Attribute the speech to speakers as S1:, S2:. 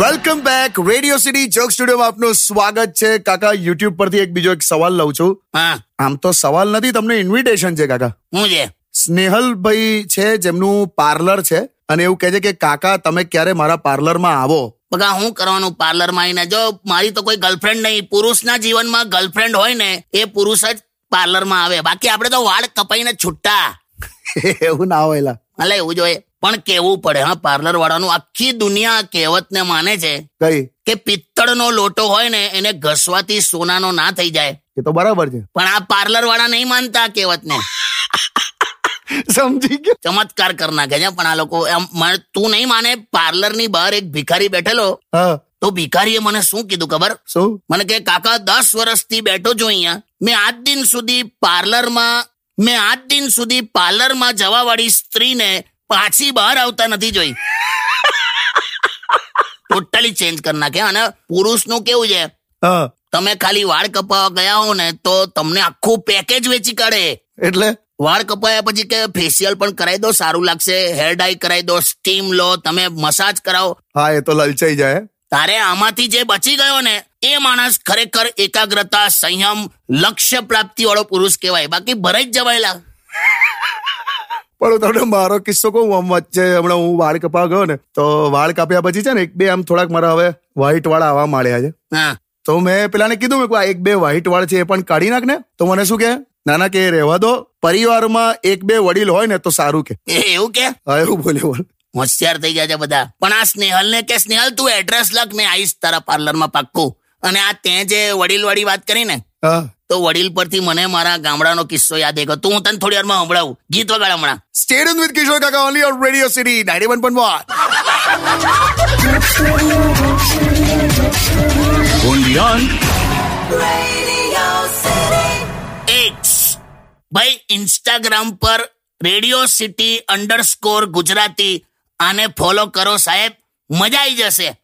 S1: Welcome back Radio City joke સ્ટુડિયોમાં આપનું સ્વાગત છે કાકા યુટ્યુબ પરથી એક બીજો એક સવાલ લઉં છું
S2: હા
S1: આમ તો સવાલ નથી તમને ઇન્વિટેશન છે કાકા
S2: હું છે
S1: સ્નેહલભાઈ છે જેમનું પાર્લર છે અને એવું કહે છે કે કાકા તમે ક્યારે મારા પાર્લરમાં આવો
S2: બગા હું કરવાનું પાર્લર માં આવીને જો મારી તો કોઈ ગર્લફ્રેન્ડ નહીં પુરુષના જીવનમાં ગર્લફ્રેન્ડ હોય ને એ પુરુષ જ પાર્લર માં આવે બાકી આપણે તો વાળ કપાઈને છૂટા
S1: એવું ના હોય એલા.
S2: એટલે એવું જોઈએ પણ કેવું પડે હા પાર્લર વાળાનું આખી દુનિયા આ કહેવતને માને છે
S1: કઈ
S2: કે પિત્તળનો લોટો હોય ને એને ઘસવાથી સોનાનો ના થઈ જાય
S1: એ તો બરાબર છે
S2: પણ આ પાર્લર વાળા નહીં માનતા આ કહેવતને
S1: સમજી ગયો
S2: ચમત્કાર કરી નાખે છે પણ આ લોકો એમ મને- તું નહીં માને પાર્લરની બહાર એક ભિખારી બેઠેલો
S1: હા
S2: તો ભિખારીએ મને શું કીધું ખબર
S1: શું
S2: મને કે કાકા દસ વર્ષથી બેઠો છું અહીંયા મેં આજ દિન સુધી પાર્લરમાં મેં આજ દિન સુધી પાર્લરમાં જવા વાળી સ્ત્રીને પાછી બહાર આવતા નથી જોઈ ટોટલી ચેન્જ કરી નાખે અને પુરુષનું કેવું છે
S1: હા
S2: તમે ખાલી વાળ કપાવા ગયા હો ને તો તમને આખું પેકેજ વેચી કાઢે
S1: એટલે
S2: વાળ કપાયા પછી કે ફેશિયલ પણ કરાવી દો સારું લાગશે હેર ડાઈ કરાવી દો સ્ટીમ લો તમે મસાજ કરાવો
S1: હા એ તો લલચાઈ જાય
S2: તારે આમાંથી જે બચી ગયો ને એ માણસ ખરેખર એકાગ્રતા સંયમ લક્ષ્ય પ્રાપ્તિ વાળો પુરુષ કહેવાય બાકી ભરાઈ જ જવાયેલા
S1: પણ હું તમને મારો કિસ્સો કહું આમ વચ્ચે હમણાં હું વાળ કપાવા ગયો ને તો વાળ કાપ્યા પછી છે ને એક બે આમ થોડાક મારા હવે વ્હાઈટ વાળા આવવા માંડ્યા છે
S2: હા
S1: તો મેં પેલાને કીધું મેં કીધું, આ એક બે વ્હાઈટ વાળ છે એ પણ કાઢી નાખ ને તો મને શું કે નાના કે રહેવા દો પરિવારમાં એક બે વડીલ હોય ને તો સારું કે
S2: એ- એવું કે
S1: હા એવું બોલ્યો બોલ
S2: હોશિયાર થઈ ગયા છે બધા પણ આ સ્નેહલ ને કે સ્નેહલ તું એડ્રેસ લખ મેં આવીશ તારા પાર્લરમાં પાક્કું અને આ તે જે વડીલ વાળી વાત કરી ને
S1: હા
S2: તો વડીલ પરથી મને મારા ગામડાનો કિસ્સો યાદ આવ્યો તું હું તને થોડી વારમાં સંભળાવું ગીત વગાડ હમણાં
S1: સ્ટેડિયમ વિથ કિશોર કાકા only on Radio City ninety one
S3: Radio City.
S2: એક્સ ભાઈ ઇન્સ્ટાગ્રામ પર રેડિયો સિટી અંડરસ્કોર ગુજરાતી આને ફોલો કરો સાહેબ મજા આવી જશે